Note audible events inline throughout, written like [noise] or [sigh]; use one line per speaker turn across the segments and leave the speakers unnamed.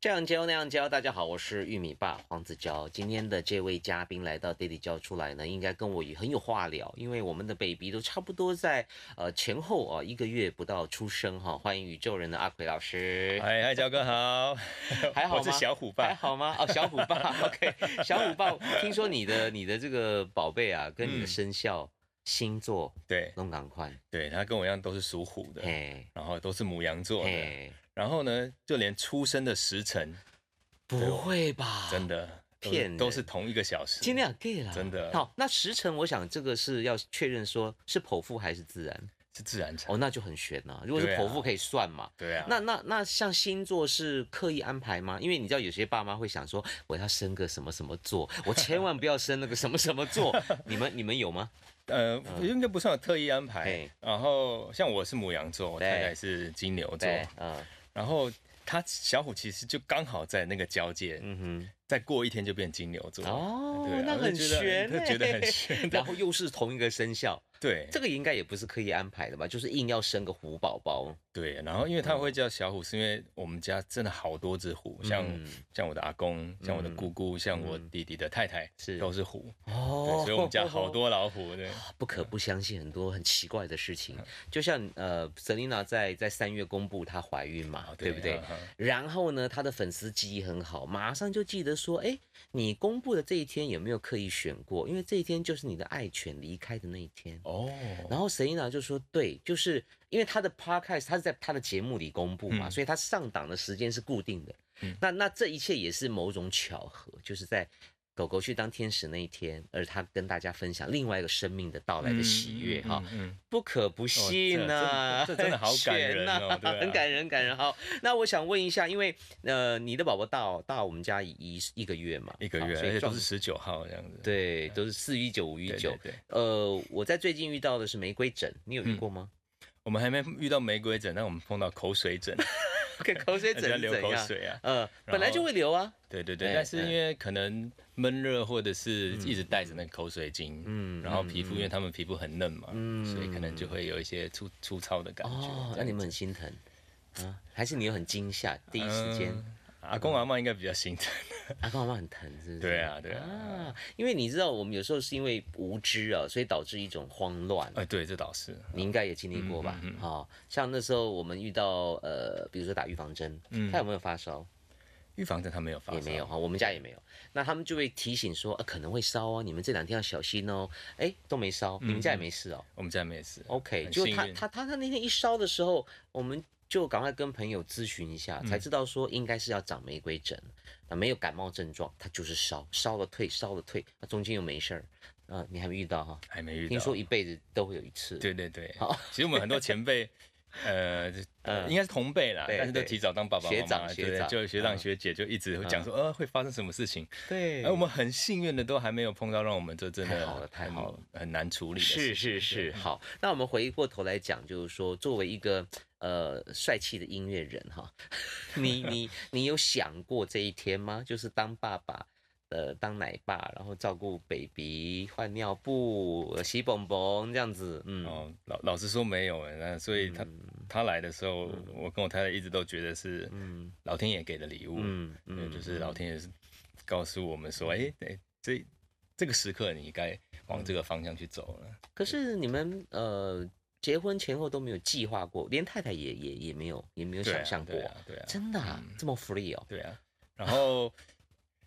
这样教那样教，大家好，我是玉米爸黄子佼。今天的这位嘉宾来到 Daily 教出来呢，应该跟我也很有话聊，因为我们的 baby 都差不多在呃前后啊、一个月不到出生哈、欢迎宇宙人的阿奎老师，
嗨嗨，焦哥好，
[laughs] 还好吗
我是小虎
还
哎爸。
好吗？哦，小虎爸，OK，小
[laughs]
虎爸，听说你的你的这个宝贝啊，跟你的
嗯
生肖、星座
对
都赶快，
对，他跟我一样都是属虎的，
嘿，
然后都是母羊座的，
嘿，
然后呢，就连出生的时辰，
不会吧？
真的都是
啊骗人
都是同一个小时。
尽量 gay 啦，
真的
好，那时辰，我想这个是要确认说是剖腹还是自然
是自然产
哦，，那就很悬呐、如果是
对啊
剖腹可以算嘛。
对啊，
那那那像星座是刻意安排吗？因为你知道有些爸妈会想说，我要生个什么什么座，我千万不要生那个什么什么
[laughs]
座。你们你们有吗？
呃，应该不算有特意安
嗯嘿
排。然后像我是母羊座，我
对
太太是金牛座，
对，嗯
然后他小虎其实就刚好在那个交界，
嗯
再过一天就变金牛座
哼，。哦，
对啊
那很
我就觉得
悬、欸，
就觉得很
[laughs]
悬
然后又是同一个生肖，
[laughs]
[laughs]
对，
这个应该也不是刻意安排的吧？就是硬要生个虎宝宝。
对，然后因为他会叫小虎，是因为我们家真的好多只虎，像
嗯
像我的阿公，像我的姑姑，像我弟弟的太太，
是
都是虎，对，
哦
所以我们家好多老虎，对，
不可不相信很多很奇怪的事
嗯
情，就像呃，Selina 在在三月公布她怀孕嘛，
啊
对
对
不对
嗯嗯？
然后呢，她的粉丝记忆很好，马上就记得说，哎，你公布的这一天有没有刻意选过？因为这一天就是你的爱犬离开的那一天。
哦，
然后 Selina 就说，对，就是因为她的 podcast 她是在她的节目里公布嘛，
嗯
所以她上档的时间是固定的。那那这一切也是某种巧合，就是在狗狗去当天使那一天，而她跟大家分享另外一个生命的到来的喜悦哈。
嗯，嗯，
不可不信呐、
哦这这这真的好感人哦
很悬呐
对啊
很 [laughs] 感人，感人。好，那我想问一下，因为呃，你的宝宝大哦大我们家一一个月嘛，
一个
好
月，
所
而
以
且都
状
是十九号这样子，
对，都是四一九五一
对，
九
对。嗯对，
呃，我在最近遇到的是玫瑰疹，你有遇过吗？
我们还没遇到玫瑰疹，但我们碰到口
[laughs]
水疹，
给口水
[laughs] 人家
疹是
流
怎
口
样？
水啊，
呃，
后
本来就会流啊。
对对对，
哎
但是因为可能闷热或者是一直带着那个口水巾，
嗯
嗯，然后皮肤因为他们皮肤很嫩嘛，
嗯
所以可能就会有一些粗粗糙的感觉。
哦，那
这样
你们很心疼啊？还是你有很惊吓？第一时间，
嗯阿公阿妈应该比较心疼， [laughs]
阿公阿妈很疼，是不是？
对啊对啊
啊，因为你知道，我们有时候是因为无知啊，所以导致一种慌乱。
哎，对，这倒是，
你应该也经历过吧？好、
嗯嗯
像那时候我们遇到呃，比如说打预防针，
嗯
他有没有发烧？
预防针他没有发
也
烧，
没有，哈，我们家也没有。那他们就会提醒说，呃、可能会烧哦，你们这两天要小心哦。哎，都没烧，你们家也没事哦。
我们家没事。
OK，
嗯很
就
幸
他
运
他他他那天一烧的时候，我们就赶快跟朋友咨询一下，
嗯
才知道说应该是要长玫瑰疹，啊，没有感冒症状，他就是烧，烧了退，烧了退，那中间又没事儿，啊，你还没遇到哈？
还没遇到，
听说一辈子都会有一次，
对对对，其实我们很多前辈，呃，就
[laughs] 嗯
应该是同辈啦，
对
但是都
对
提早当爸爸妈妈，
学长
对
学长
就学
嗯
长学姐就一直会讲说，呃，会发生什么事情，
对
哎，我们很幸运的都还没有碰到让我们这真的
太好了太好了
很，很难处理的
是
事情。嗯
是是，好，那我们回过头来讲，就是说，作为一个呃帅气的音乐人哈，你你你有想过这一天吗？就是当爸爸。呃，当奶爸，然后照顾 baby，换尿布、洗蹦蹦这样子，嗯，
哦，老老实说没有哎，那所以他他来的时候，
嗯
我跟我太太一直都觉得是老天爷给的礼物，
嗯
对，就是老天爷是告诉我们说，哎哎，这这个时刻你该往这个方向去走了。
可是你们呃结婚前后都没有计划过，连太太也也也没有也没有
对啊
想象过，
对啊对啊
真的、啊这么 free 哦，
对啊，然后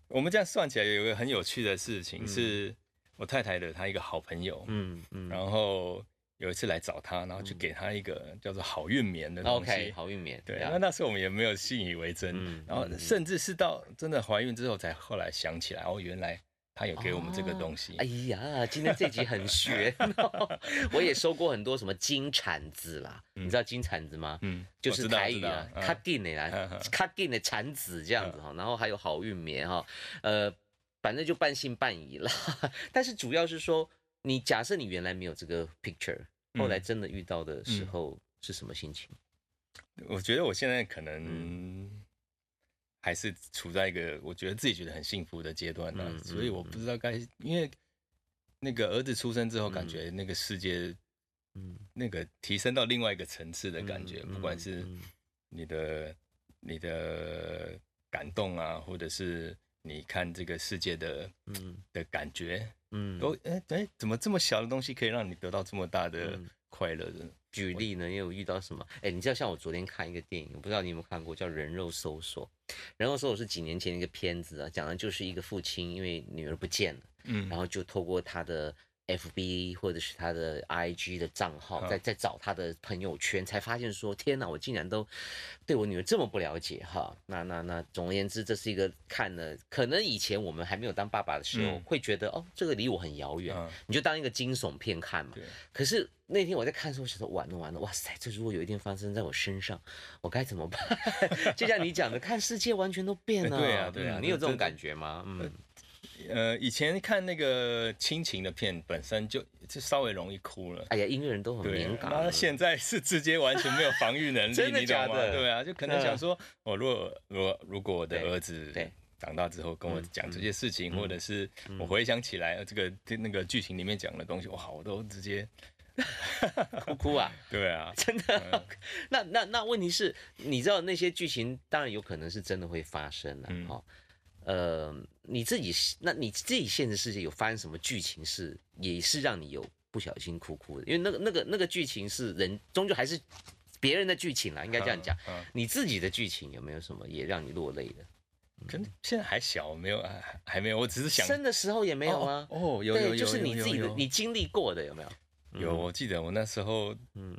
我们这样算起来，有一个很有趣的事情，是我太太的她一个好朋友，
嗯嗯
然后有一次来找她，然后就给她一个叫做好运棉的东西。
，OK，好运棉，
对，
啊
那那时候我们也没有信以为真，
嗯
然后甚至是到真的怀孕之后，才后来想起来，哦，原来她有给我们这个东西。
哎呀，今天这集很悬、哦，我也收过很多什么金铲子啦，你知道金铲子吗？
嗯，
就
我
是
知道
台语啊
知，道嗯
卡进的啦
嗯，
卡进的铲子这样子哈，然后还有好运棉哈，呃，反正就半信半疑啦。 [laughs] 但是主要是说，你假设你原来没有这个 picture，
嗯
后来真的遇到的时候是什么心情？
我觉得我现在可能
嗯
还是处在一个我觉得自己觉得很幸福的阶段呢、啊
嗯嗯
所以我不知道该因为那个儿子出生之后，感觉那个世界
嗯，
那个提升到另外一个层次的感觉，
嗯
不管
嗯
是
嗯
你的你的感动啊，或者是你看这个世界的
嗯
的感觉，
嗯，
都哎哎，怎么这么小的东西可以让你得到这么大的
嗯
快乐的？
举例呢，你有遇到什么？哎，你知道像我昨天看一个电影，我不知道你有没有看过，叫《人肉搜索》。《人肉搜索》是几年前的一个片子啊，讲的就是一个父亲因为女儿不见了，
嗯
然后就透过他的 FB 或者是他的 IG 的账号，
嗯
在在找他的朋友圈，才发现说，天哪，我竟然都对我女儿这么不了解哈。那那那，总而言之，这是一个看了，可能以前我们还没有当爸爸的时候，
嗯
会觉得哦，这个离我很遥远，
嗯
你就当一个惊悚片看嘛。
对，
可是那天我在看的时候，我想说完了完了，哇塞，这如果有一天发生在我身上，我该怎么办？ [laughs] 就像你讲的，看世界完全都变了。
[laughs] 对啊对啊
嗯你有
这
这种
这
感觉吗？嗯
呃，以前看那个亲情的片，本身就就稍微容易哭了。
哎呀，音乐人都很
对啊
敏，感啊
那
了。
现在是直接完全没有防
[laughs]
御能力，
真的
你懂
假
吗？
的
对啊，就可能想
嗯
说，我如果如果如果我的
对
儿子
对
长大之后跟我
嗯
讲这些事情，或者是我回想起来呃这个这那个剧情里面讲的东西，哇，我都直接
哭哭啊，
对啊，
真的。那那那问题是，你知道那些剧情当然有可能是真的会发生了、
嗯
哈、呃，你自己那你自己现实世界有发生什么剧情是也是让你有不小心哭哭的？因为那个那个那个剧情是人终究还是别人的剧情啦，应该这样讲。
嗯嗯
[laughs] 你自己的剧情有没有什么也让你落泪的？
可能现在还小，没有还还还没有，我只是想
生的时候也没有吗？
哦，哦有有有
对，就是你
有
自己的
有，
你经历过的有没有？
有，我记得我那时候
嗯，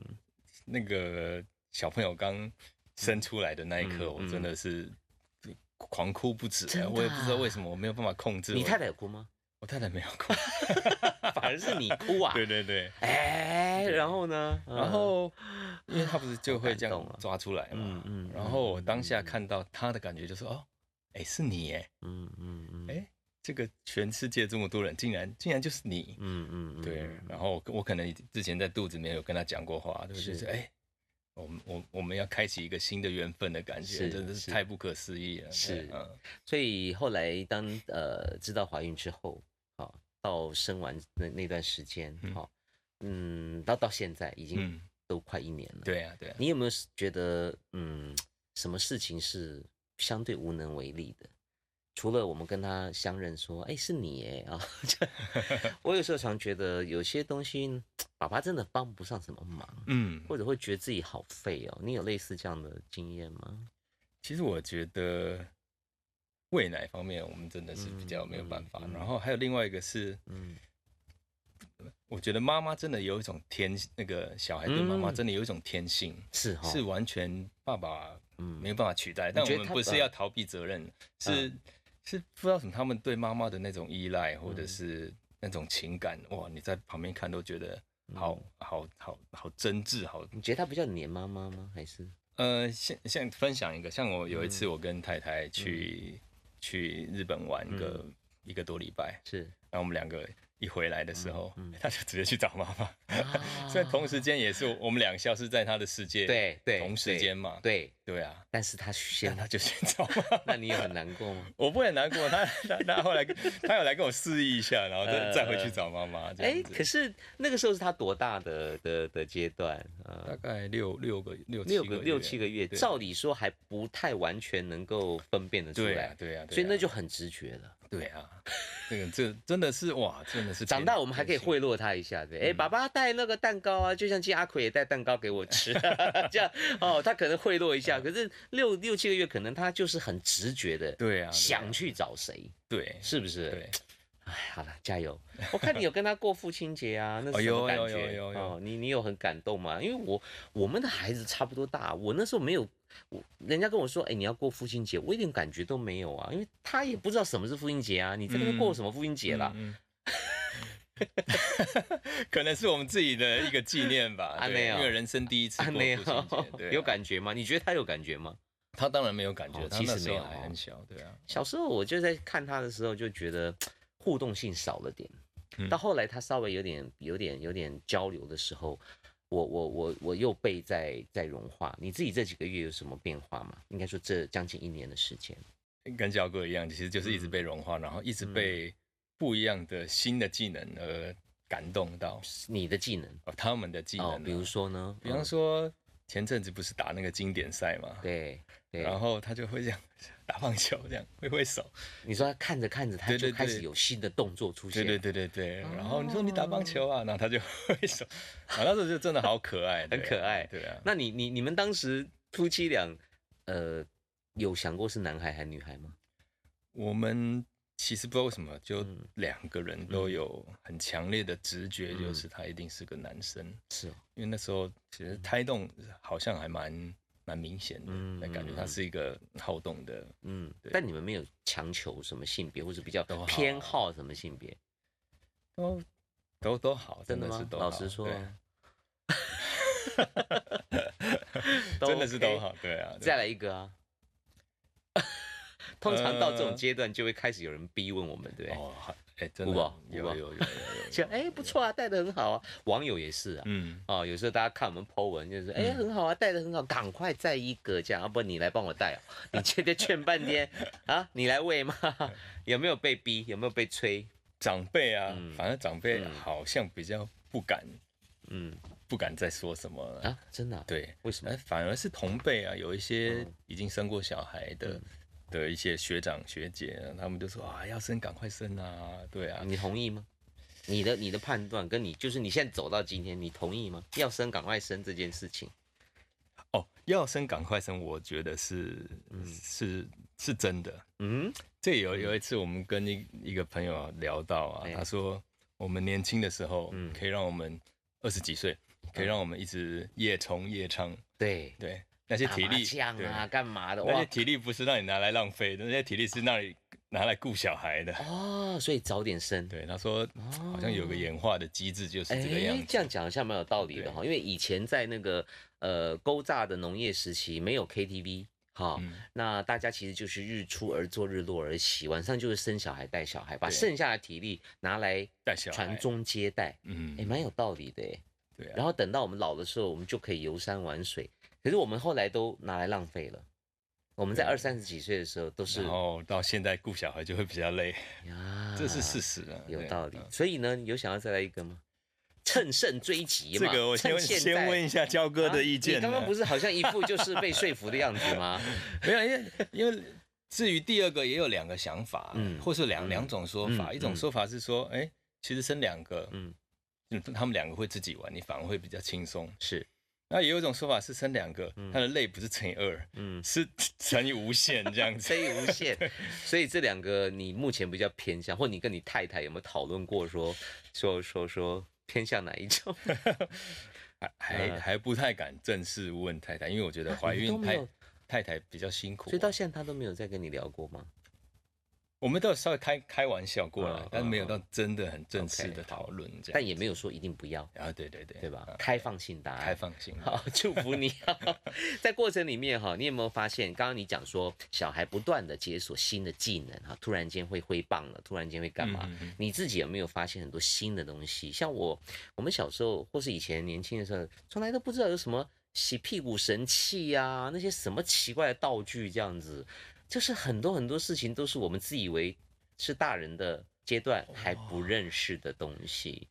那个小朋友刚生出来的那一刻，
嗯
我真的是狂哭不止、
真的啊
我也不知道为什么我没有办法控制我。
你太太有哭
[laughs]
吗？
我太太没有哭，
反而是你哭 [laughs] 啊？
对对对。
哎，然后呢？
然后，因为他不是就会这
好感动
样
啊
抓出来嘛
嗯，嗯嗯
然后我当下看到他的感觉就是，哦，哎，是你哎，
嗯，嗯嗯嗯，
哎，这个全世界这么多人，竟然竟然就是你，
嗯嗯，嗯
对
嗯。
然后我我可能之前在肚子里面有跟他讲过话，对不对？
是
就是哎，我们我我们要开启一个新的缘分的感觉，
是
真的是
是
太不可思议了。对
是
嗯
所以后来当呃知道怀孕之后，啊，到生完那那段时间，
嗯
好，嗯，到到现在已经
嗯，
都快一年了。，
对啊对啊，
你有没有觉得嗯，什么事情是相对无能为力的？除了我们跟他相认说，哎，是你耶啊， [laughs]
[laughs]
这我有时候常觉得有些东西，嗯爸爸真的帮不上什么忙。
嗯，
或者会觉得自己好废哦。你有类似这样的经验吗？
其实我觉得喂奶方面我们真的是比较没有办法，
嗯嗯嗯
然后还有另外一个是，
嗯，
我觉得妈妈真的有一种天，那个小孩对妈妈
嗯
真的有一种天性，
是哈、
是完全爸爸
嗯
没有办法取代。但
觉得
我们
他嗯
不是
把
要逃避责任，是是不知道什么，他们对妈妈的那种依赖或者
嗯
是那种情感，哇，你在旁边看都觉得
嗯
好好好好真挚，好
你觉得他比较黏妈妈吗？还是
呃，现现在分享一个，像我有一
嗯
次我跟太太去、去日本玩个、
嗯
一个多礼拜，
是？
然后我们两个一回来的时候，她就直接去找妈妈。
嗯 [laughs]
[laughs]
啊
虽然同时间也是我们两个消失在她的世界，
对对
同时间嘛，
对，
对啊，
但是他 [laughs]
但
先，
她就先找妈妈。
那你有很难过 [laughs] 吗？
我不会很难过， [laughs] 她她她后来她有来跟我示意一下，然后再、
呃
再回去找妈妈这
哎，
样子。
可是那个时候是他多大的的的阶段？
大
呃，
概六六个六七
六
个
个六七个月，
对
照理说还不太完全能够分辨得出
对啊
来，
对啊，对啊
所以那就很直觉了。
对啊，这个这个真的是哇，真的是
长
天
大我们还可以
天性
贿赂他一下，对，哎，爸爸带那个蛋糕啊，就像今天阿奎也带蛋糕给我 [laughs] 吃，这样哦，他可能贿赂一下，可是六六七个月，可能他就是很直觉的，
对啊，
想去找谁，
对
是不是？
对，
哎，好了，加油！我看你有跟他过父亲节
[laughs]
啊，那
哦
是什
有
么感
有
觉？
有有有
哦，你你有很感动吗？因为我我们的孩子差不多大，我那时候没有，我人家跟我说，哎，你要过父亲节，我一点感觉都没有啊，因为他也不知道什么是父亲节啊，你在那边过什么父亲节啦？
嗯嗯。嗯嗯 [laughs] 可能是我们自己的一个纪念吧，
啊
对
没有
因为人生第一次
[laughs] 啊，
过
没有
父亲节，对啊，
有感觉吗？你觉得他有感觉吗？
他当然没有感觉
哦，
他
其
那
实
时
没
候
有
还
哦
很小，对啊，
小时候我就在看他的时候就觉得互动性少了点，
嗯
到后来他稍微有点有点有点交流的时候，我我我我又被在在融化。你自己这几个月有什么变化吗？应该说这将近一年的时间，
跟小
嗯
哥一样，其实就是一直被融化，然后一直被不一样的新的技能而感动到
你的技能
哦他们的技能啊、
哦，比如说呢，
比方
嗯
说前阵子不是打那个经典赛嘛，
对对，
然后他就会这样打棒球，这样挥挥手，
你说他看着看着他
对
就
对
开始
对
有新的动作出
对
现，
对对对对。
哦
然后你说你打棒球啊，然后他就 [laughs] 挥手，啊，那时候就真的好
[laughs]
可爱，
很
对啊
可爱
对啊。
那你你你们当时夫妻俩，呃，有想过是男孩还是女孩吗？
我们其实不知道为什么，就
嗯
两个人都有很强烈的直觉，
嗯
就是他一定是个男生，
是哦，
因为那时候其实胎动好像还蛮蛮明显的，
嗯
那感觉他是一个好动的。
嗯
对，
但你们没有强求什么性别，或是比较
都好
偏好什么性别？
都都都好，
真的
的是
吗？
都好
老实说
对，
[laughs] 都
真的是都
OK
好，对啊。对
再来一个啊。 [laughs] 通常到这种阶段，就会开始有人逼问我们，对不对？
哦，好哎，真的
有吧
有
有
有
吧
有有有，
[laughs] 就哎、不错啊，带的很好啊。网友也是啊，
嗯，
哦，有时候大家看我们 Po 文，就是哎、
嗯
很好啊，带的很好，赶快再一个这样，要、不然你来帮我
[laughs]
带哦。你今天劝半天啊，你来喂吗？ [laughs] 有没有被逼？有没有被催？
长辈啊
嗯，
反正长辈
嗯
好像比较不敢
嗯
不敢再说什么了，
啊，真的啊、
对。
为什么
哎，？反而是同辈啊，有一些
嗯
已经生过小孩的、
嗯
的一些学长学姐，他们就说啊，要生赶快生啊，对啊，
你同意吗？你的你的判断跟你就是你现在走到今天，你同意吗？要生赶快生这件事情，
哦，要生赶快生，我觉得是、是是真的。
嗯，
这有有一次我们跟一一个朋友聊到啊，
哎
他说我们年轻的时候，
嗯
可以让我们二十几岁，可以让我们一直夜冲夜唱，
对，
对那些体力
打麻将啊，
对
干嘛的
那
哇
些？体力不是让你拿来浪费的，那些体力是让你拿来顾小孩的。
哦，所以早点生，
对，他说
哦
好像有个演化的机制就是
哎，
这个样子。
这样讲好像蛮有道理的哈，因为以前在那个呃勾榨的农业时期，没有 KTV 哈，
嗯
那大家其实就是日出而作，日落而息，晚上就是生小孩带小孩，把
对
剩下的体力拿来
带小孩
传宗接代，哎，
嗯，
蛮有道理的哎。
对啊，
然后等到我们老的时候，我们就可以游山玩水。可是我们后来都拿来浪费了。我们在
对
二三十几岁的时候都是
然后到现在顾小孩就会比较累，
呀，
这是事实啊，
啊有
对
道理
嗯。
所以呢，有想要再来一个吗？趁胜追击
这
嘛。
个我先
趁
问
现
先
在
问一下焦哥的意
啊
见
你
呢。
刚刚不是好像一副
[laughs]
就是被说服的样子吗？
没有，因为因为至于第二个也有两个想法，
嗯
或是两
嗯
两种说法。
嗯
一种
嗯
说法是说，哎，其实生两个，
嗯，
嗯他们两个会自己玩，你反而会比较轻松。
是，
那也有一种说法是生两个，他的累不是乘以二，
[laughs] 嗯，
是乘以无限这样子。
所以无限。所以这两个你目前比较偏向，或你跟你太太有没有讨论过说说说说偏向哪一
[laughs]
种？
还
嗯
还还不太敢正式问太太，因为我觉得怀
你都
孕
没
太
有
太太比较辛苦啊
所以。到现在她都没有再跟你聊过吗？
我们都有稍微开开玩笑过来
嗯，
但没
嗯
有到真的很正式
OK，
的讨论这样。
但也没有说一定不要，
啊，对对对，
对吧？
啊
开放性答案，
开放性的，
[laughs] 好，祝福你、哦在过程里面哈，你有没有发现，刚刚你讲说小孩不断的解锁新的技能哈，突然间会挥棒了，突然间会干嘛？
嗯嗯嗯
你自己有没有发现很多新的东西？像我，我们小时候或是以前年轻的时候，从来都不知道有什么洗屁股神器呀、那些什么奇怪的道具这样子，就是很多很多事情都是我们自以为是大人的阶段还不认识的东西。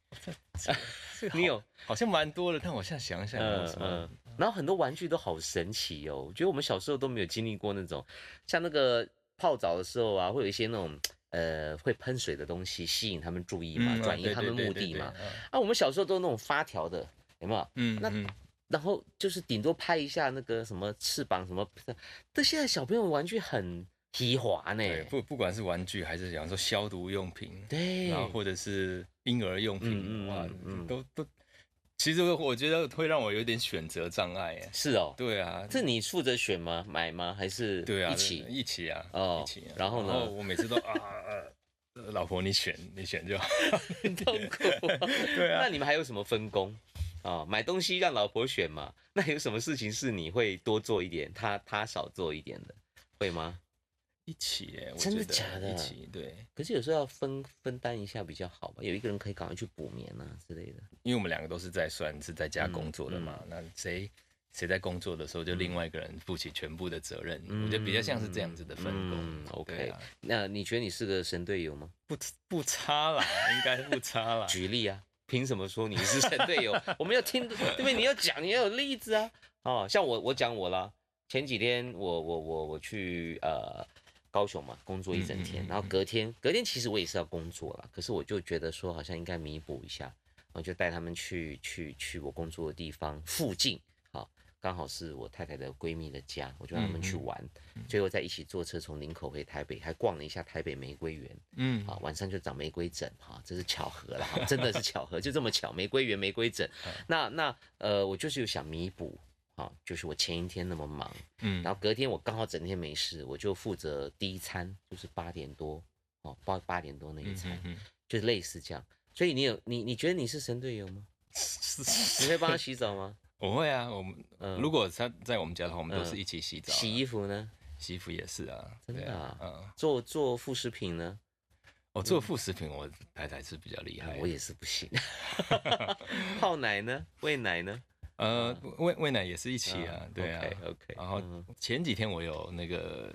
你有
哦好像蛮多的，但我现在想想，有
嗯
什么
嗯，然后很多玩具都好神奇哦，我觉得我们小时候都没有经历过那种，像那个泡澡的时候啊，会有一些那种呃会喷水的东西吸引他们注意嘛，
嗯
转移
对
他
对
们
对
目
对
的
对
嘛。
嗯
啊，我们小时候都那种发条的，有没有？
嗯，
那
嗯
然后就是顶多拍一下那个什么翅膀什么的，但现在小朋友玩具很皮滑呢。
对，不不管是玩具还是讲说消毒用品，
对
然后或者是婴儿用品，
嗯嗯
哇
嗯，嗯
都都，其实我觉得会让我有点选择障碍耶。
是哦，
对啊，
这你负责选吗？买吗？还是
对啊，
一起？
一起啊，
哦
一起啊。
然后呢
我每次都啊，啊呃老婆你选你选就好。
很痛 [laughs] 苦。
对啊
那你们还有什么分工啊、买东西让老婆选嘛？那有什么事情是你会多做一点，她她少做一点的，会吗？
[laughs] 一起耶，我
真的
觉得
假的
一起对，
可是有时候要分分担一下比较好吧，有一个人可以赶快去补眠啊之类的。
因为我们两个都是在算是在家
嗯
工作的嘛，那谁谁在工作的时候，就另外一个人负起全部的责任，我觉得比较像是这样子的分工。
嗯
对
，OK，、
啊
那你觉得你是个神队友吗？ [laughs]
不不差啦，应该不差啦。
举例啊，凭什么说你是神队
[laughs]
友？我们要听，对不对？你要讲，你要有例子啊。哦，像我，我讲我啦。前几天我我我我去呃高雄嘛，工作一整天，
嗯嗯嗯
然后隔天隔天其实我也是要工作了，可是我就觉得说好像应该弥补一下，我就带他们去去去我工作的地方附近，好，刚好是我太太的闺蜜的家，我就让他们去
嗯嗯
玩，最后在一起坐车从林口回台北，还逛了一下台北玫瑰园。
嗯
啊，晚上就长玫瑰疹哈，这是巧合啦，真的是巧合，就这么巧，玫瑰园玫瑰疹。
嗯
那那呃，我就是有想弥补。啊，就是我前一天那么忙，
嗯
然后隔天我刚好整天没事，我就负责第一餐，就是八点多，哦，八八点多那一餐，
嗯
就类似这样。所以你有你你觉得你是神队友吗？你会帮他洗澡
[laughs]
吗？
我会啊，我们、
嗯
如果他在我们家的话，我们都
嗯
是一起洗澡啊、
洗衣服呢？
洗衣服也是啊，
真的
对啊，嗯，
做做副食品呢？
我做副食品，我太太是比较厉害
我，也是不
[laughs]
行。泡奶呢？喂奶呢？
呃，喂喂奶也是一起啊，对啊。
嗯，OK OK。
然后
嗯
前几天我有那个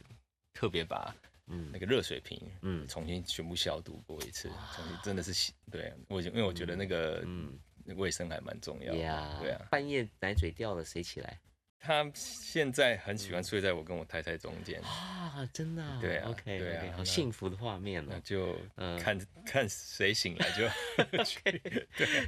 特别把
嗯
那个热水瓶
嗯
重新全部消毒过一次，重新真的是洗，对我已经因为我觉得那个
嗯。
卫生还蛮重要的，
呀，
对啊。
半夜奶嘴掉了，谁起来
他现在很喜欢睡在我跟我太太中间，
啊？真的、
对啊
o k
对
OK，、
啊
好
那
幸福的画面
那
哦。
就
嗯
看看谁醒来就
[laughs]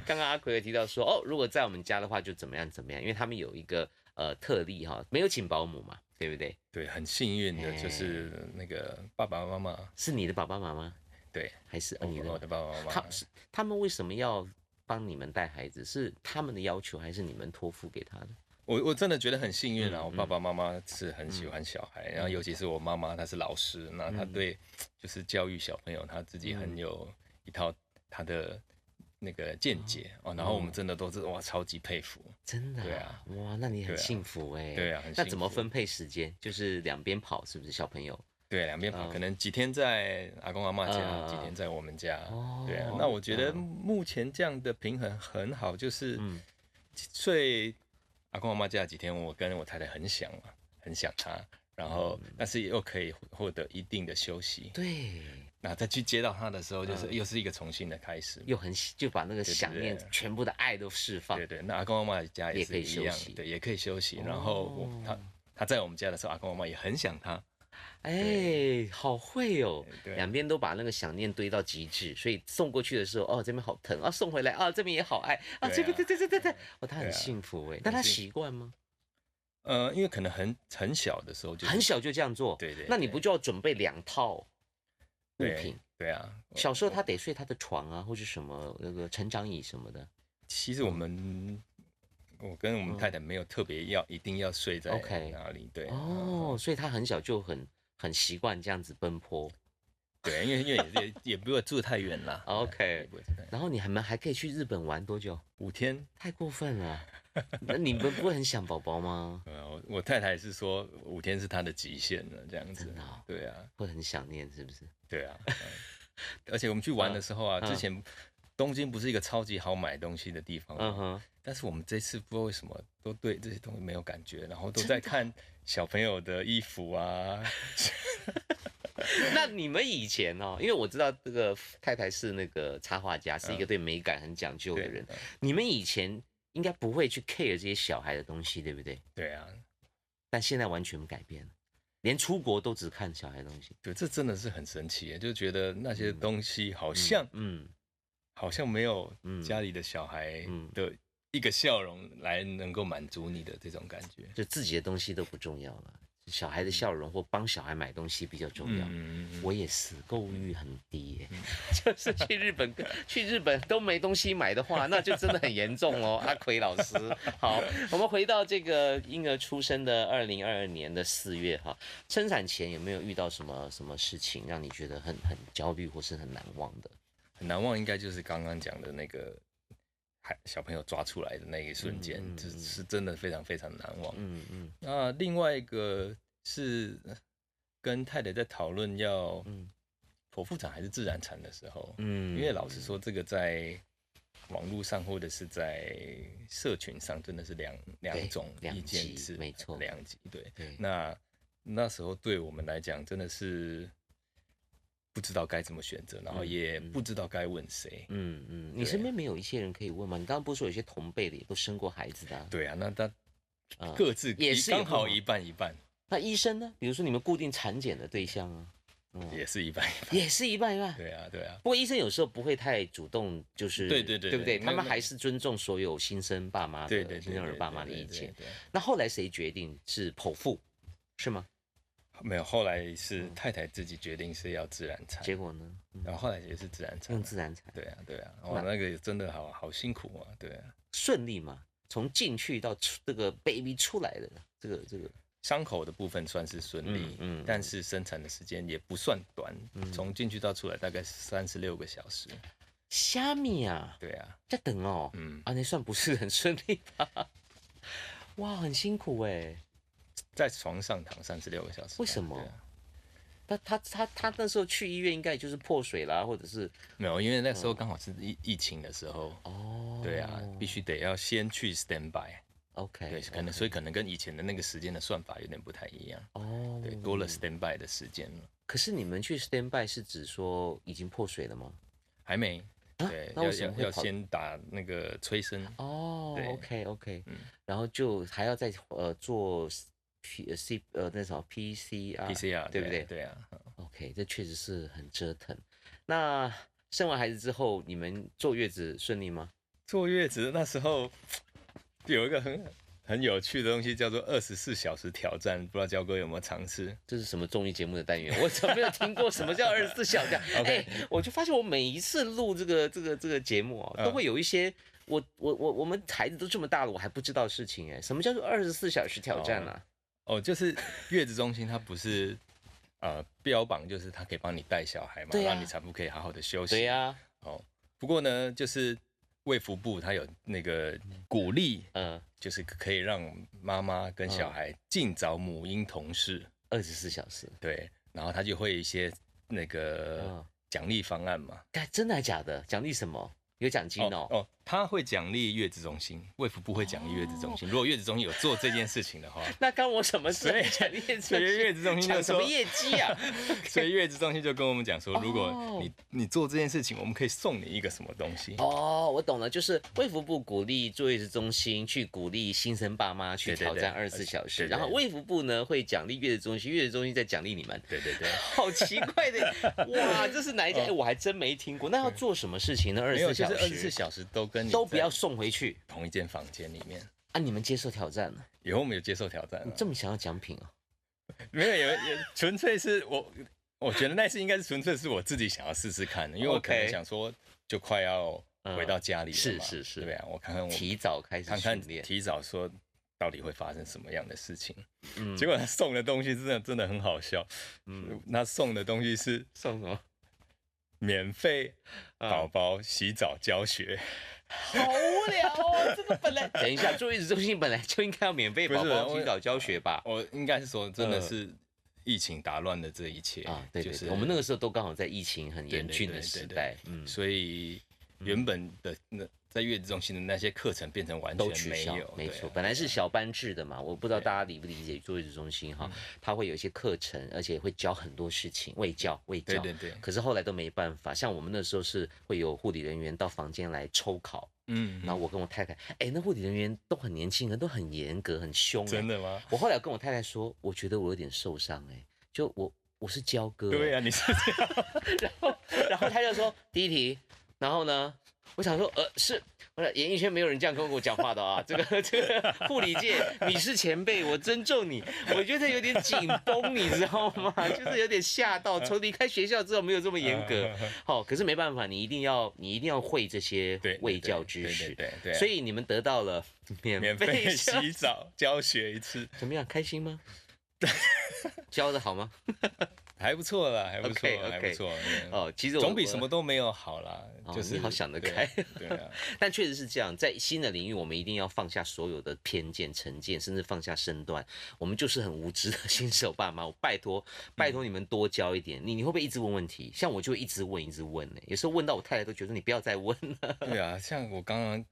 刚刚阿奎有提到说，哦，如果在我们家的话就怎么样怎么样，因为他们有一个呃特例哈、没有请保姆嘛，对不对？
对，很幸运的就是那个爸爸妈妈，
是你的爸爸妈妈
对，
还是哦
我
你
我
的？
的爸爸妈
他
妈，
是他们为什么要帮你们带孩子？是他们的要求还是你们托付给他的？
我我真的觉得很幸运啊！
嗯
我爸爸妈妈是很喜欢小孩，然后尤其是我妈妈，她是老师，那她对就是教育小朋友，她自己很有一套她的那个见解哦。然后我们真的都是哇，超级佩服。
真的、
对啊，
哇，那你很
对啊
幸福哎、
对啊很
那
幸
怎么
福
分配时间？就是两边跑，是不是小朋友？
对，两边跑，
嗯
可能几天在阿公阿妈
嗯
家，
嗯
几天在我们家。
哦
对啊，那我觉得目前这样的平衡很好，就是
嗯
睡阿公阿妈家几天，我跟我太太很想嘛，很想她，然后
嗯
但是又可以获得一定的休息。
对。
那再去接到他的时候，
嗯
就是又是一个重新的开始嘛。
又很喜就把那个
对对
想念
对
全部的爱都释放
对。对，那阿公阿妈家也
也可
是
以
一
休
样
息，
对，也可以休息。然后
哦
我他他在我们家的时候，阿公阿妈也很想他。
哎，好会哦！
对
两边都把那个想念堆到极致，所以送过去的时候，哦，这边好疼啊，送回来啊，这边也好爱啊，这
对啊
边对对对对对，哦，他
对
很
啊
幸福哎。但他
很幸
习惯吗？
呃，因为可能很很小的时候就
很小就这样做，
对对
那你
对
不就要准备两套物
对
品？
对啊。
小时候
我
他得睡他的床啊，或者什么那个成长椅什么的。
其实我们我跟我们太太没有特别要一定要睡在
嗯 OK
哪里，对嗯
哦，所以他很小就很很习惯这样子奔波。
对，因为因为也也也不会住太远啦。
[laughs] OK
也不会住太远
然后你还们还可以去日本玩多久？
五天。
太过分
[laughs]
了，那你们不会很想宝宝吗？
呃，我我太太是说五天是她的极限了，这样子
真的哦。
对啊。
会很想念是不是？
对啊，嗯 [laughs] 而且我们去玩的时候啊，
嗯
之前东京不是一个超级好买东西的地方，
嗯哼，
但是我们这次不知道为什么都对这些东西没有感觉，然后都在看小朋友的衣服
[laughs]
啊，
那你们以前哦，因为我知道这个太太是那个插画家，是一个对美感很讲究的
对
人。
嗯
你们以前应该不会去 care 这些小孩的东西，对不对？
对啊，
但现在完全改变了，连出国都只看小孩的东西。
对，这真的是很神奇耶，就觉得那些东西好像、
嗯，
好像没有
嗯
家里的小孩
嗯
的一个笑容来能够满足你的这种感觉。
就自己的东西都不重要了，小孩的笑容或帮小孩买东西比较重要。
嗯，嗯嗯
我也是，购物欲很低耶、嗯 [laughs] 就是去日本，去日本都没东西买的话，那就真的很严重喽。阿奎老师，好，我们回到这个婴儿出生的二零二二年的四月哈，生产前有没有遇到什么什么事情让你觉得很很焦虑或是很难忘的？
很难忘，应该就是刚刚讲的那个孩小朋友抓出来的那一瞬间，
嗯嗯
这、
嗯
是真的非常非常难忘。
嗯嗯
那另外一个是跟太太在讨论要
嗯
剖腹产还是自然产的时候，
嗯
因为老实说，这个在网络上或者是在社群上，真的是两两种
两
意见
极
是
没错
两极对。
对，
那那时候对我们来讲，真的是不知道该怎么选择，然后也不知道该问谁。
嗯嗯，你身边没有一些人可以问吗？你刚刚不是说有些同辈的也都生过孩子的、啊？
对啊，那他
啊
各自
也是有
刚好
不同
一半一半，
那医生呢？比如说你们固定产检的对象啊，嗯，
也是一半一半。
也是一半一半。
对啊，对啊，
不过医生有时候不会太主动，就是
对对对
对不对？
对
他
那
们
那
还是尊重所有新生爸妈
对对
的
对
新生儿
对
爸妈的
对
意
对
见。
对
那后来谁决定是剖腹，是吗？
没有，后来是太太自己决定是要自然产，
嗯结果呢？嗯
然后后来也是自然产
用。自然产
对啊，对啊，哇，那个也真的好好辛苦啊，对啊，
顺利吗？从进去到出这个 baby 出来的这个这个，
伤口的部分算是顺利，
嗯嗯
但是生产的时间也不算短，从进去到出来大概三十六个小时，
虾米啊，
对啊，
在等哦，
嗯，
啊，那算不是很顺利吧？ [laughs] 哇，很辛苦哎。
在床上躺三十六个小时啊，
为什么
对啊
那他他他那时候去医院应该就是破水啦，或者是
没有，因为那时候刚好是疫疫情的时候，
嗯哦，
对啊，必须得要先去 stand by，
，OK，
对，可能所以可能跟以前的那个时间的算法有点不太一样，
哦，
对，多了 stand by 的时间了，
可是你们去 stand by 是指说已经破水了吗？
还没，
啊
对，
那
要
为什
要
么会
要
跑
先打那个催生，
哦
对
，OK OK，
嗯
然后就还要再呃做 P 呃 C 呃那什么 PCR
PCR，
对不
对
对
啊？对啊，
OK，这确实是很折腾。那生完孩子之后，你们坐月子顺利吗？
坐月子那时候有一个很很有趣的东西，叫做二十四小时挑战，不知道焦哥有没有尝试？
这是什么综艺节目的单元？我怎么没有听过什么叫二十四 [laughs] 小时？哎，我就发现我每一次录这个这个这个节目啊，都
嗯
会有一些我我我我们孩子都这么大了，我还不知道事情哎，什么叫做二十四小时挑战
哦
啊？
哦，就是月子中心，它不是呃标榜就是它可以帮你带小孩嘛，
对啊
让你产妇可以好好的休息。
对啊呀、
哦，不过呢，就是卫福部它有那个鼓励，
嗯，
就是可以让妈妈跟小孩尽早母婴同室。
二十四小时，
对，然后它就会有一些那个
嗯
奖励方案嘛。
干真的还假的？奖励什么？有奖金哦。
哦，他会奖励月子中心，卫福部会奖励月子
哦
中心。如果月子中心有做这件事
[laughs]
情的话，
那干我什么事？
所以
奖励业绩
所以
[laughs]
月子中心就
讲什么
说
业绩啊？ [laughs]
所以月子中心就跟我们讲说，如果你
哦
你做这件事情，我们可以送你一个什么东西。
哦，我懂了，就是卫福部鼓励坐月子中心去鼓励新生爸妈去
对对
挑
对
战二十四小时，
对对
然后卫福部呢会奖励月子中心，月子中心再奖励你们。
对对对，
[laughs] 好奇怪的，哇，这是哪一家？哎，我还真没听过。那要做什么事情呢？二
没
十四
有，就
小
是二十四
时
小时都跟你
都不
在
要送回去
同一间房间里面。
啊！你们接受挑战了，
以后我们有接受挑战
你
啊，
这么想要奖品哦？
没有，有也纯粹是我，我觉得那次应该是纯粹是我自己想要试试看的，因为我可
OK 嗯
能想说就快要回到家里了
是
嘛
是是
对啊，我看看我
提早开始
看看
训练，
提早说到底会发生什么样的事情。
嗯
结果他送的东西真的真的很好笑，
嗯，
他送的东西是
送
[laughs]
什么？
免费宝宝洗澡教学，
好无聊哦！这个本来 [laughs] 等一下，坐月子中心本来就应该要免费
不
宝
是
宝
我
洗澡教学吧？
啊我应该是说真的
呃
是疫情打乱了这一切
啊，对对
就是
对，我们那个时候都刚好在疫情很严峻的时代，嗯，
所以原本的那在月子中心的那些课程变成完
都
全
取
没
消
有，，
没
对啊啊
错，本来是小班制的嘛，我不知道大家理不理解坐月子中心
嗯
哈，它会有一些课程，而且会教很多事情，卫教、卫教，
对对对，
可是后来都没办法，像我们那时候是会有护理人员到房间来抽考，
嗯，
然后我跟我太太，哎，那护理人员都很年轻人，都很严格，很凶，欸
真。的吗？
我后来有跟我太太说，我觉得我有点受伤，哎，就我我是焦哥，
对
呀、
啊，你是这样，
[laughs] 然后她就说第一题，然后呢，我想说，呃，是。我说演艺圈没有人这样跟我讲话的啊！这个这个护理界，你是前辈，我尊重你。我觉得有点紧绷，你知道吗？就是有点吓到。从离开学校之后，没有这么
[laughs]
严格。
嗯
好、可是没办法，你一定要你一定要会这些
对，对
卫
对
教知
对
识。
对对对啊，
所以你们得到
[laughs]
了免
免费
教
洗澡教学一次，
怎么样？开心吗？ [laughs] 教的好吗？
还不错啦，还不错
OK，OK
还不错，嗯
哦，其实我
总比
我
什么都没有好啦
哦。
就是
你好想得开
对啊，
但确实是这样，在新的领域，我们一定要放下所有的偏见、成见，甚至放下身段。我们就是很无知的新手爸妈，我拜托，
嗯
拜托你们多教一点。你你会不会一直问问题？像我就会一直问，一直问呢、有时候问到我太太都觉得你不要再问了。
对啊，像我刚刚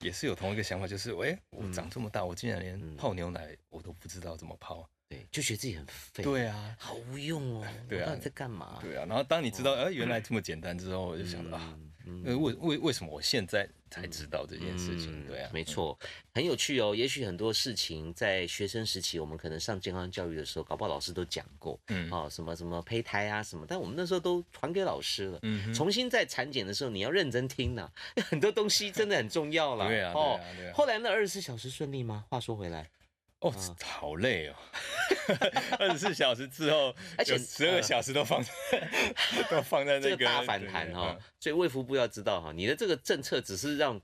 也
嗯
是有同一个想法，就是，哎，我长这么大，我竟然连泡牛奶我都不知道怎么泡。
对，就觉得自己很废，
对啊，
好无用哦，
对
我
啊
到底在干嘛？
对啊。然后当你知道，哎、原来这么简单之后，我就想到
哦
啊，
嗯，
呃为为为什么我现在才知道这件事情？
嗯
对啊，
没错，很有趣哦。也许很多事情在学生时期，我们可能上健康教育的时候，搞不好老师都讲过，
嗯
哦，什么什么胚胎啊什么，但我们那时候都传给老师了。
嗯哼，
[laughs] 重新在产检的时候，你要认真听呐、 [laughs] 很多东西真的很重要啦。
对啊，对
哦，
啊，对啊。
后来那二十四小时顺利吗？话说回来，
哦，
嗯
好累哦， [laughs] 二十四小时之后，
而且
十二
呃
小时都放在 [laughs] 都放在
这个
那个
大反弹哦
对
哈、
嗯
所以卫福部要知道哈、你的这个政策只是让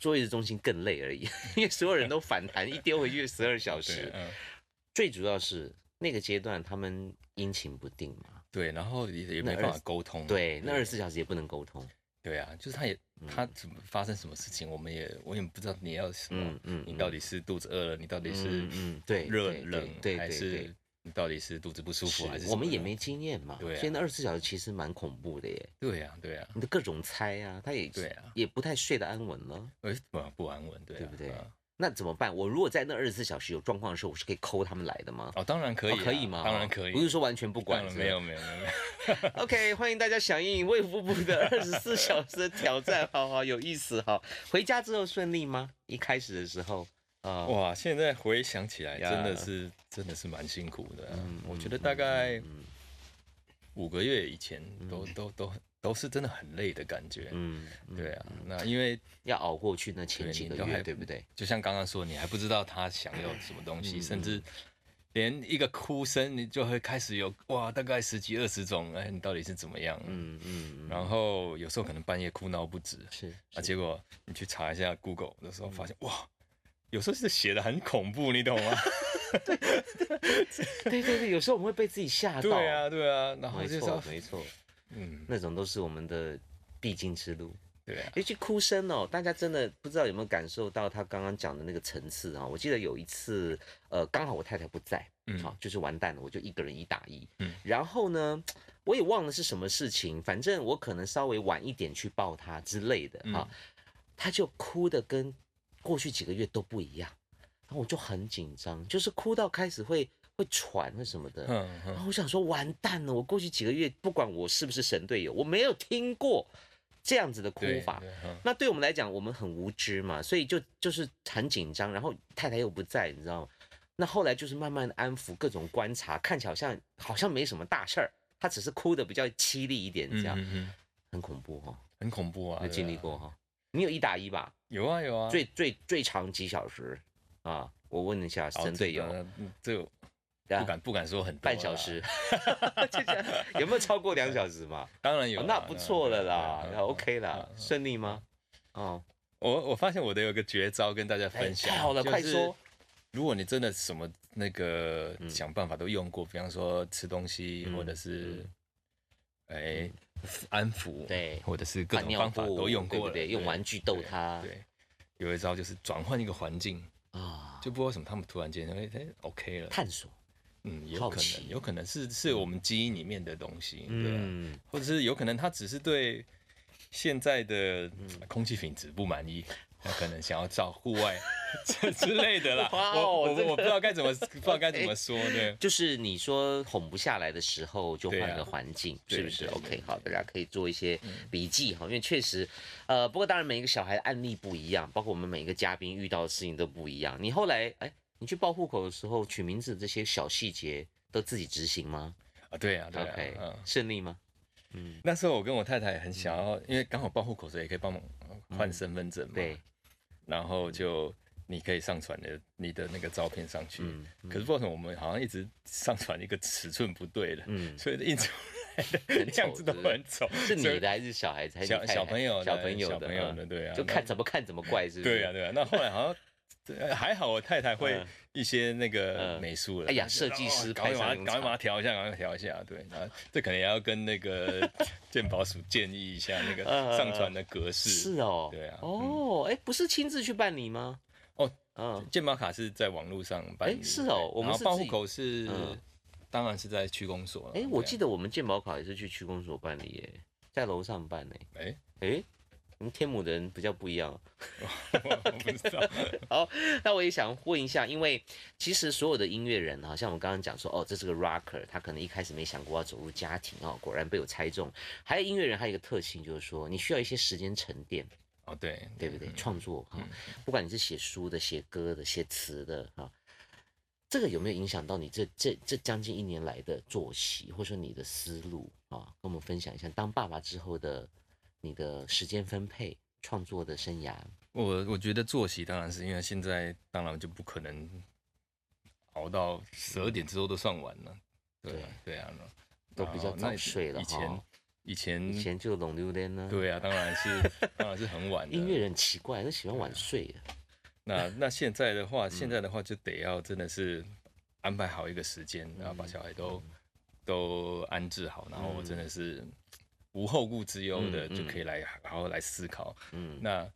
坐月子中心更累而已， [laughs] 因为所有人都反弹，一丢回去十二小时
对，。嗯，
最主要是那个阶段他们阴晴不定嘛，
对，然后也也
那
没
二
办法
十
沟通，啊
对，那二十四小时也嗯不能沟通，
对啊，嗯就是他也他怎么发生什么事情，我们也我也不知道你要什么
嗯，嗯
你到底是肚子饿了，你到底是
嗯嗯对
热
对对
冷
对
还
对
是
对
你到底是肚子不舒服还是什
我们
么
也
的
没经验嘛，
对啊
所以那二十四小时其实蛮恐怖的耶，
对啊对啊，
你的各种猜啊，他也
对啊
也不太睡得安稳了，
呃不不安稳，对
对
啊
不对
啊
那怎么办？我如果在那二十四小时有状况的时候，我是可以抠他们来的吗？
哦，当然可以
哦
啊，
可以吗？
当然可以，
不是说完全不
当
管，
然
是不
没
是
有没有没有没有，
[laughs] OK，欢迎大家响应卫福部
[laughs]
的二十四小时的挑战，好好有意思哈。回家之后顺利吗？一开始的时候，啊、
哇，现在回想起来，真的
呀
是真的是蛮辛苦的啊、
嗯
我觉
嗯
得
嗯
大概
嗯
五个月以前都、都都都是真的很累的感觉。
嗯，嗯
对啊，那因为
要熬过去那前
对
几
你
个
都
月，
还
对不对？
就像刚刚说，你还不知道他想要什么东西，
嗯
甚至连一个哭声，你就会开始有哇，大概十几二十种，哎，你到底是怎么样？
嗯嗯，嗯
然后有时候可能半夜哭闹不止，
是嗯
啊，结果你去查一下 Google 的时候，发现、哇，有时候是写的很恐怖，你懂
[laughs]
吗？
对对对，有时候我们会被自己吓到，
对，啊，对啊，然后
没
就
错
说，
没错，
嗯，
那种都是我们的必经之路。
对啊，
尤其哭声哦，大家真的不知道有没有感受到他刚刚讲的那个层次啊、我记得有一次，呃，刚好我太太不在，
嗯
好、就是完蛋了，我就一个人一打一。
嗯
然后呢，我也忘了是什么事情，反正我可能稍微晚一点去抱他之类的
嗯
啊、他就哭的跟过去几个月都不一样，然后我就很紧张，就是哭到开始会会喘会什么的。
嗯
然
嗯，
后我想说，完蛋了！我过去几个月，不管我是不是神队友，我没有听过这样子的哭
对，
法。
对嗯
那对我们来讲，我们很无知嘛，所以就就是很紧张，然后太太又不在，你知道吗？那后来就是慢慢的安抚，各种观察，看起来好像好像没什么大事儿，她只是哭的比较凄厉一点，这样、
嗯嗯嗯
很恐怖哈、
很恐怖啊，
哦，有
对
经历
啊
过，哈、你有一打一吧？
有啊有啊，
最最最长几小时啊？我问一下
哦
神
这
队友，
个嗯这个
啊
不敢不敢说很多
半
啦
小，时， [laughs] 就这样有没有超过两小时嘛？
当然 [laughs] 有
哦
啊，
那不错了啦，
对啊
那 OK 啦，
嗯嗯
顺利吗？哦，
我我发现我的有个绝招跟大家
哎
分享，
太好了，快说。。
如果你真的什么那个想办法都用过，比方说吃东西，
嗯
或者是哎安抚，
对
或者是各
换
种
尿
方
布
法都用
对不
过了，
对？用玩具逗
对
他
对，有一招就是转换一个环境，
啊，
就不知道为什么他们突然间哎哎 OK 了，
探索，
嗯，有
好
可
奇
能，有可能是是我们基因里面的东西，对啊，
嗯，
或者是有可能他只是对现在的
嗯
空气品质不满意，他可能想要照户外
[laughs]
[laughs] 之之类的啦。
哇哦
我我
这个
我不知道该怎么不知道
[laughs]
该怎么说对，
就是你说哄不下来的时候，就换
对啊
个环境，
对
是不是
对对
？OK，好，大家可以做一些笔记哈，因为确实，呃，不过当然每一个小孩的案例不一样，包括我们每一个嘉宾遇到的事情都不一样。你后来，哎，你去报户口的时候取名字这些小细节都自己执行吗
啊，对啊，对啊，
？OK，
嗯。
顺利吗？
那时候我跟我太太很想要，因为刚好报户口，所以也可以帮忙呃换身份证嘛。
嗯对，
然
嗯
后就你可以上传你的你的那个照片上去。
嗯
可是为什么我们好像一直上传一个尺寸不对的，
嗯，
所以印出来的 [laughs]
很丑
样子都
是不是
很丑。
是
所以
你的还是小孩子？还是
小
你太太
小朋友的
小朋友的，
小朋友的
嗯
对啊
就
那
看怎么看怎么怪，是不是？
对啊，对啊。那后来好像对呃还好，我太太会
嗯
一些那个
嗯
美术了。
哎呀
她就
设计师
哦赶快
派上
把它
用
赶快
场
把它调一下，赶快调一下。对，然后这可能也要跟那个 [laughs] 鉴宝署建议一下那个
嗯嗯
上传的格式。
是哦，
对啊
哦，哎，不是亲自去办理吗？
哦，
嗯，
鉴宝卡是在网络上办理。
哎是哦
对
我们
然后
是
办
自
户
己
口是
嗯，
当然是在区公所了。
哎，我
对啊
记得我们健保卡也是去区公所办理耶，在楼上办呢。
哎
哎，你们天母的人比较不一样。 [laughs]
我不知道，
好，那我也想问一下，因为其实所有的音乐人啊，像我刚刚讲说，哦，这是个 rocker，他可能一开始没想过要走入家庭哦，果然被我猜中。还有音乐人还有一个特性就是说，你需要一些时间沉淀，
哦对
对不对？创作哈、
嗯
不管你是写书的、写歌的、写词的哈、这个有没有影响到你这这这将近一年来的作息，或者说你的思路啊？跟我们分享一下，当爸爸之后的你的时间分配、创作的生涯。
我我觉得作息当然是因为现在当然就不可能熬到十二点之后都算晚了，对啊对啊，
都比较
然后那
早睡了
以前
哈
以前
以前就龙榴莲呢。
嗯对啊，当然是当然是
[laughs]
很晚的。
音乐人很奇怪，都喜欢晚睡的。
那那现在的话，
嗯
现在的话就得要真的是安排好一个时间，然后
嗯
把小孩都都安置好，然后我真的是无后顾之忧的
嗯嗯嗯
就可以来好好来思考。
嗯
那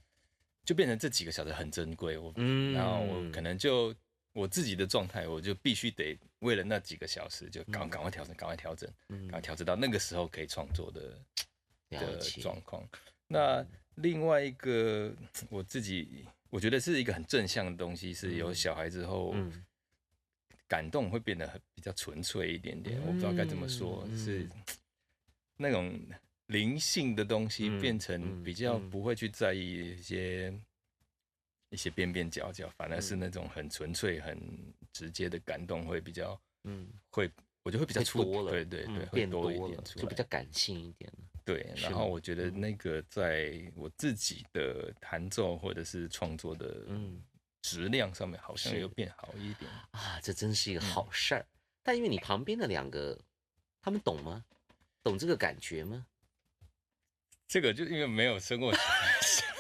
就变成这几个小时很珍贵，我
嗯
然后我可能就我自己的状态，我就必须得为了那几个小时，就赶赶快调整，赶快调整，
嗯
赶快调整到那个时候可以创作的
了
的
解，嗯
状况。那另外一个我自己我觉得是一个很正向的东西，是有小孩之后，
嗯
感动会变得很比较纯粹一点点，我不知道该怎么说，
嗯
是
嗯
那种灵性的东西
嗯
变成
嗯
比较
嗯
不会去在意一些、一些边边角角，反而
嗯
是那种很纯粹、很直接的感动会比较
嗯，
会，我觉得会比
比
较出
多了，
对对对，
嗯
会
变
多一
了
点，出
就
来
比较感性一点了。
对，
是
然
吗
后我觉得
嗯
那个在我自己的弹奏或者是创作的
嗯
质量上面，好像
是
又变好一点。
啊，这真是一个
嗯
好事儿。但因为你旁边的两个，他们懂吗？懂这个感觉
[laughs]
吗？
这个就因为没有生
[laughs]
过小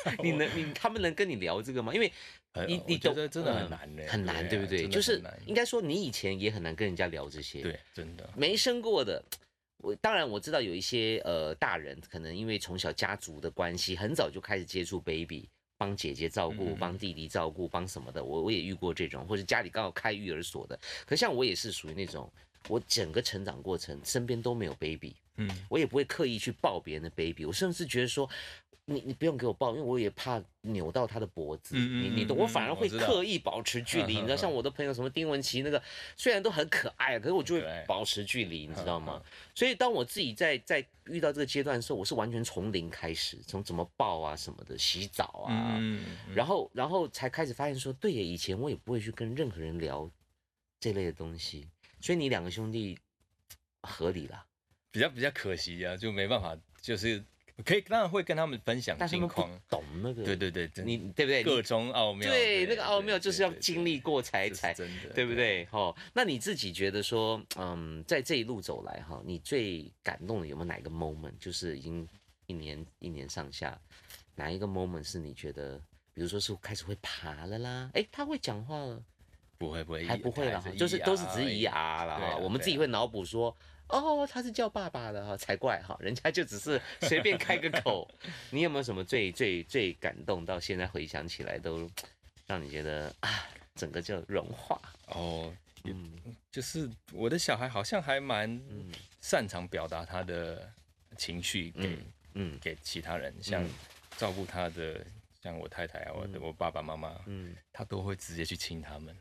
孩，
你能你他们能跟你聊这个吗？因为
呃
你
我
你
觉
懂
得真的很
嗯
难呢，
很难，对不
啊
对？
真的
就是
很难
应该说你以前也很难跟人家聊这些。
对，啊真的
没生过的，我当然我知道有一些呃大人可能因为从小家族的关系，很早就开始接触 baby，帮姐姐照
嗯嗯
顾，
嗯
帮弟弟照顾，帮什么的，我我也遇过这种，或者家里刚好开育儿所的。可像我也是属于那种，我整个成长过程身边都没有 baby，
嗯，
我也不会刻意去抱别人的 baby，我甚至觉得说。你你不用给我抱，因为我也怕扭到他的脖子。
嗯嗯
你你懂，
嗯嗯
我反而
我
会
知道
刻意保持距离。你
嗯嗯
知道，
嗯
像我的朋友什么丁文琪那个，虽然都很可爱，可是我就
很可
会
爱
保持距离，你知道吗
嗯？
所以当我自己在在遇到这个阶段的时候，我是完全从零开始，从怎么抱啊什么的，洗澡啊，
嗯，嗯
然后然后才开始发现说，对耶，以前我也不会去跟任何人聊这类的东西，所以你两个兄弟合理啦，
比较比较可惜啊，就没办法，就是可以当然会跟他们分享
但他
近
们不
况，
懂那个，
对对对，真
你对不对？
各
你
种奥妙，
对那个奥妙就是要
对对
经历过才
这是
才
真的，
对不？对？哦，那你自己觉得说，嗯，在这一路走来哈，你最感动的有没有哪一个 moment？就是已经一年一年上下，哪一个 moment 是你觉得，比如说是开始会爬了啦？哎，他会讲话了，
不会不会，
还不会啦
还，
就是都是
咿呀
只是咿呀啦
对
哈。
啊
我们
对
自己
啊
会脑补说。哦，他是叫爸爸的哈，才怪哈，人家就只是随便开个 [laughs] 口。你有没有什么最最最感动到现在回想起来都让你觉得啊，整个就融化？
哦，
嗯
就是我的小孩好像还蛮擅长表达他的情绪给、
嗯嗯
给其他人，像照顾他的，像我太太啊，我的我爸爸妈妈，
嗯，
他都会直接去亲他们。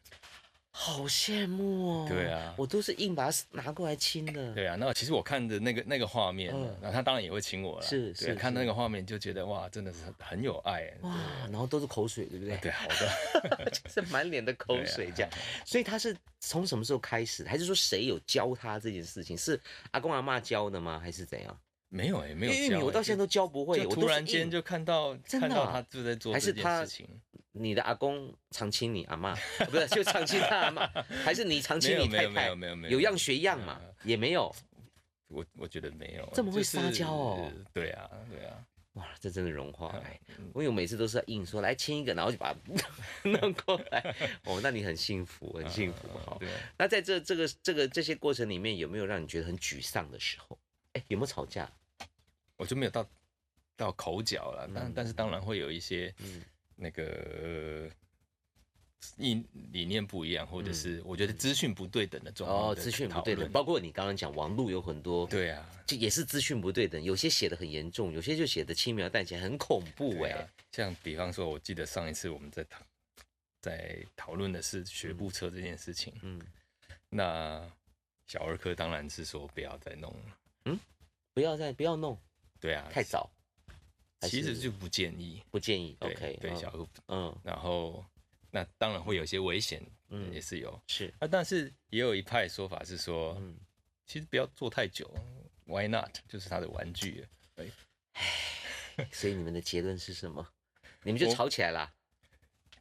好羡慕哦。
对啊
我都是硬把它拿过来亲的。
对啊，那其实我看着那个那个画面，
嗯
然后他当然也会亲我了。
是
对啊
是
看
是
那个画面就觉得哇，真的是很有爱。
哇，然后都是口水，对不对？
对，啊好
[laughs]
的，
就是满脸的口水
啊
这样。所以他是从什么时候开始？还是说谁有教他这件事情？是阿公阿嬷教的吗？还是怎样？
没有也没
因
有教欸，
为你我到现在都教不会，
就
我
就
都
突
是
然间
硬
就看到
真的
看到
啊
他就在做
还是
这件
他
事情。
你的阿公常亲你阿嬷，哦不是就常亲他阿嬷，还是你常亲你
没
太
有没
太
有？没有没有
有样学样嘛，也没有。
我我觉得没有
这么会
就是
撒娇哦
对啊，对啊，
哇，这真的融化
嗯
哎！因为我每次都是要硬说来亲一个，然后就把它 [laughs] 弄过来。哦，那你很幸福，很幸福哦哈。
嗯对啊。
那在这这个这个这些过程里面，有没有让你觉得很沮丧的时候？哎，有没有吵架？
我就没有到到口角了，但、
嗯
但是当然会有一些
嗯
那个意理念不一样，或者是我觉得资讯不对等的状况
哦，
的
资讯不
讨
对等，
论
包括你刚刚讲网络有很多，
对啊，
就也是资讯不对等，有些写的很严重，有些就写的轻描淡写，很恐怖
对
哎、
啊，像比方说，我记得上一次我们在讨在讨论的是学步车这件事情，
嗯，
那小儿科当然是说不要再弄了，
不要再不要弄
对啊，
太早，还
其实
是
就不建议。
不建议。
对
OK，
对，
嗯
小儿科，
嗯
然后那当然会有些危险，
嗯
也是有
是
啊，但是也有一派说法是说，
嗯
其实不要做太久，Why not？就是他的玩具了。
嗯所以你们的结论是什么？你们就
我
吵起来啦，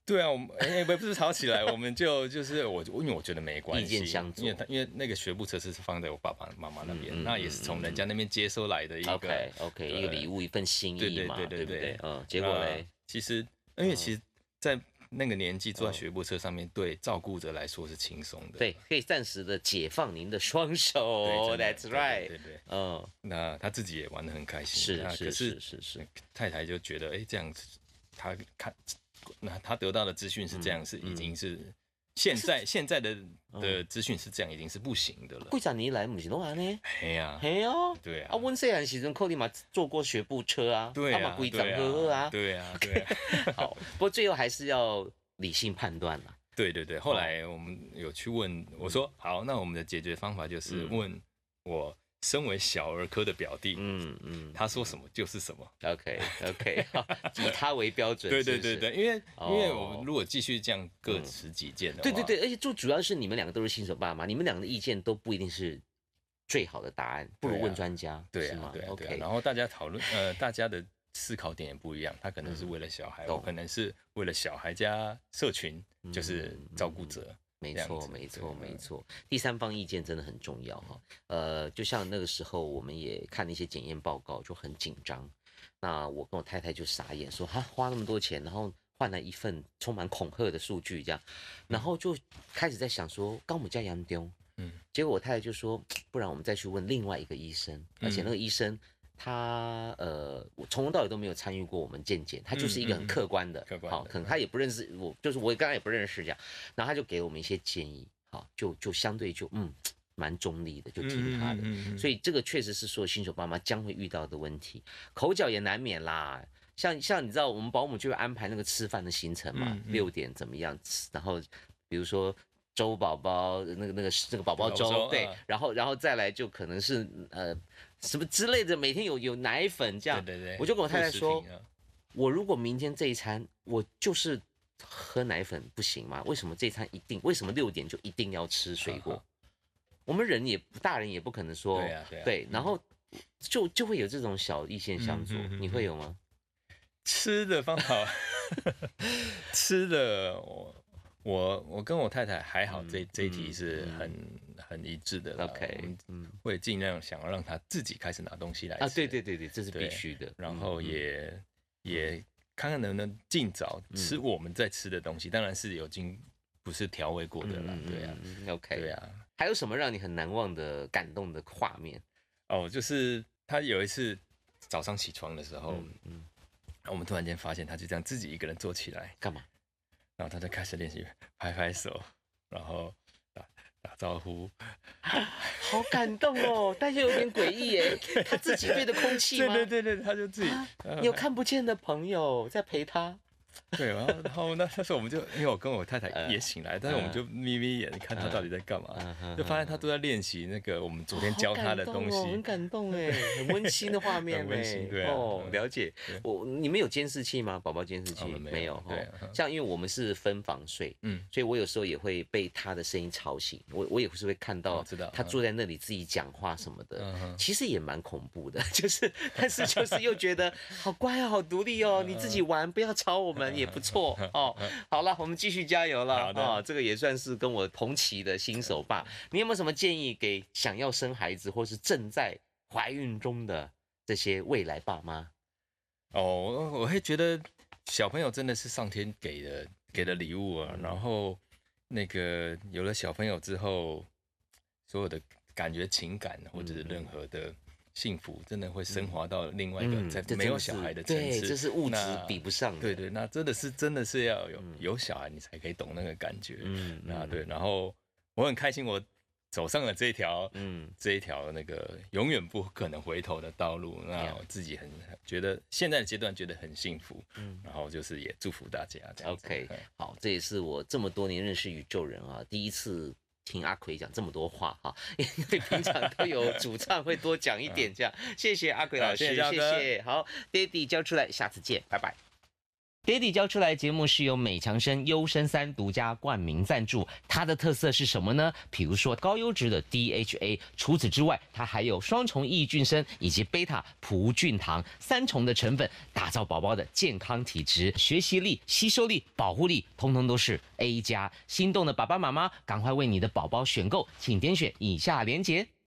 对啊，我们哎、不不是吵起来，我们就就是我，因为我觉得没关系，
意见相左
因为他因为那个学步车是放在我爸爸妈妈那边，
嗯嗯
那也是从人家那边接收来的一个
OK OK，一个礼物一份心
对
意
对
嘛，
对对
对不
对
对？嗯，结果
那
嘞，嗯
其实因为其实，在那个年纪坐在学步车上面，对照顾者来说是轻松的。
对，可以暂时的解放您的双手
对真的
，That's
对对
right，
对对。
嗯，
那他自己也玩得很开心，
是
那可
是
是
是是是，
太太就觉得，哎、这样子，他看，那他得到的资讯是
嗯
这样，是已经是现在现在的的资讯是这样，已经是不行的了。
贵长你来不是拢安尼？
嘿呀、
嘿哦，
对
啊，
啊，
阮细汉时阵，可能嘛坐过学步车啊，
对
嘛
啊，
规长
对
好好
啊，
啊，
对啊，对啊，
好，不过最后还是要理性判断啦。[laughs]
对对对。后来我们有去问，我
嗯
说好，那我们的解决方法就是问我身为小儿科的表弟，
嗯嗯
他说什么就是什么。
，OK OK，好， [laughs] 以他为标准，
对
是
对
不
对
是
对，因为
哦嗯
因为我们如果继续这样各持己见的话，
对对对，而且最主要是你们两个都是新手爸妈，你们两个的意见都不一定是最好的答案，不如
对啊
问专家，
对
是
啊
吗
对啊对啊。
？OK，
然后大家讨论，呃，大家的思考点也不一样，他可能是为了小孩，我
懂嗯
可能是为了小孩加社群，就是照顾者。
没
这样
错
子
没
对
错
嗯
没错，第三方意见真的很重要哈。呃，就像那个时候我们也看了一些检验报告，就很紧张。那我跟我太太就傻眼，说哈花那么多钱，然后换来一份充满恐吓的数据，这
嗯
样，然后就开始在想说，刚我们家杨丢，
嗯，
结果我太太就说，不然我们再去问另外一个医
嗯
生，而且那个医生他呃，我从头到尾都没有参与过我们健检，他就是一个很
嗯嗯嗯
客观的，
客观
好，
的嗯
可能他也不认识我，就是我刚才也不认识这样，然后他就给我们一些建议，好，就就相对就嗯蛮中立的，就听他的。所
以
以这个确实是说新手爸妈将会遇到的问题，口角也难免啦。像像你知道，我们保姆就会安排那个吃饭的行程嘛
嗯，嗯
六、点怎么样吃，然后比如说粥宝宝，那个那个那个宝宝
宝宝
粥，
粥
对
啊，
然后然后再来就可能是呃什么之类的，每天有有奶粉这样。
对对对，
我就跟我太太
副食
说
品啊，
我如果明天这一餐我就是喝奶粉不行吗？为什么这一餐一定？为什么六点就一定要吃水
好
果？我们人也大人也不可能说
啊对啊对啊
对，然后就就会有这种小意见相左
嗯，嗯嗯
你会有吗？
吃的方法， [laughs] 吃的我。我我跟我太太还好
嗯
这，这一题
嗯
是
嗯
很、很一致的啦。啊我
OK，
们
嗯
会尽量想要让她自己开始拿东西来吃
啊，对对对对，这是必
对
须的。
然
嗯
后
嗯
也、也看看能不能尽早吃我们在吃的东西，当然是有经不是调味过的啦，
嗯
对啊，
嗯嗯嗯，OK，
对。啊，
还有什么让你很难忘的感动的画面？
哦，就是他有一次早上起床的时候，
嗯嗯，
然后我们突然间发现他就这样自己一个人坐起来，
干嘛？
然后他就开始练习拍拍手，然后打打招呼，
好感动哦，但是有点诡异
[laughs]
耶，他自己对着空气
对
吗？
对对对，他就自己、
啊
呃
你有看不见的朋友在陪他。
对，然后然后那那时候我们就因为我跟我太太
呃
也醒来，但是我们就眯眯眼看他到底在干嘛，
嗯
就发现他都在练习那个我们昨天教他的东
呃好
西。
感动哦
[laughs]
很感动哎，很温馨的画面哎，
很温馨对啊
哦，
嗯
了解。我你们有监视器吗？宝宝监视器
我们没有
有？
对
哦
嗯
像因为我们是分房睡，
嗯，
所以我有时候也会被他的声音吵醒，我我也是会看到
我知道
他
嗯
坐在那里自己讲话什么的
嗯，哼
其实也蛮恐怖的， [laughs] 就是但是就是又觉得好乖哦，好独立哦，你自
嗯
己玩，不要吵我们也不
[laughs]
错哦。好了，我们继续加油了
好的嗯
啊、这个也算是跟我同期的新手爸，你有没有什么建议给想要生孩子或是正在怀孕中的这些未来爸妈？
哦，我我会觉得小朋友真的是上天给的给的礼物
嗯
啊。然后那个有了小朋友之后，所有的感觉、情感或者是任何的幸福真的会升华到另外一
嗯
个在
这
没有
真是
小孩的层
对
次，
这是物质
那
比不上的
对对，那真的是真的是要有有小孩，你才可以懂那个感觉。
嗯
那啊对，然后我很开心，我走上了这一条
嗯
这一条那个永远不可能回头的道路。那
Yeah
我自己很觉得现在的阶段觉得很幸福，
嗯
然后就是也祝福大家这样子。
OK，
嗯
好，这也是我这么多年认识宇宙人啊，第一次听阿奎讲这么多话哈、因为平常都
[laughs]
有主唱会多讲一点这样。谢谢阿奎老
啊
师，
谢谢焦哥
谢谢。好，爹地教出来，下次见，拜拜。爹地教出来节目是由美强生优生三独家冠名赞助，它的特色是什么呢？比如说高优质的 DHA，除此之外，它还有双重抑菌生以及贝塔葡菌糖三重的成分，打造宝宝的健康体质、学习力、吸收力、保护力，通通都是 A 加。心动的爸爸妈妈，赶快为你的宝宝选购，请点选以下链接。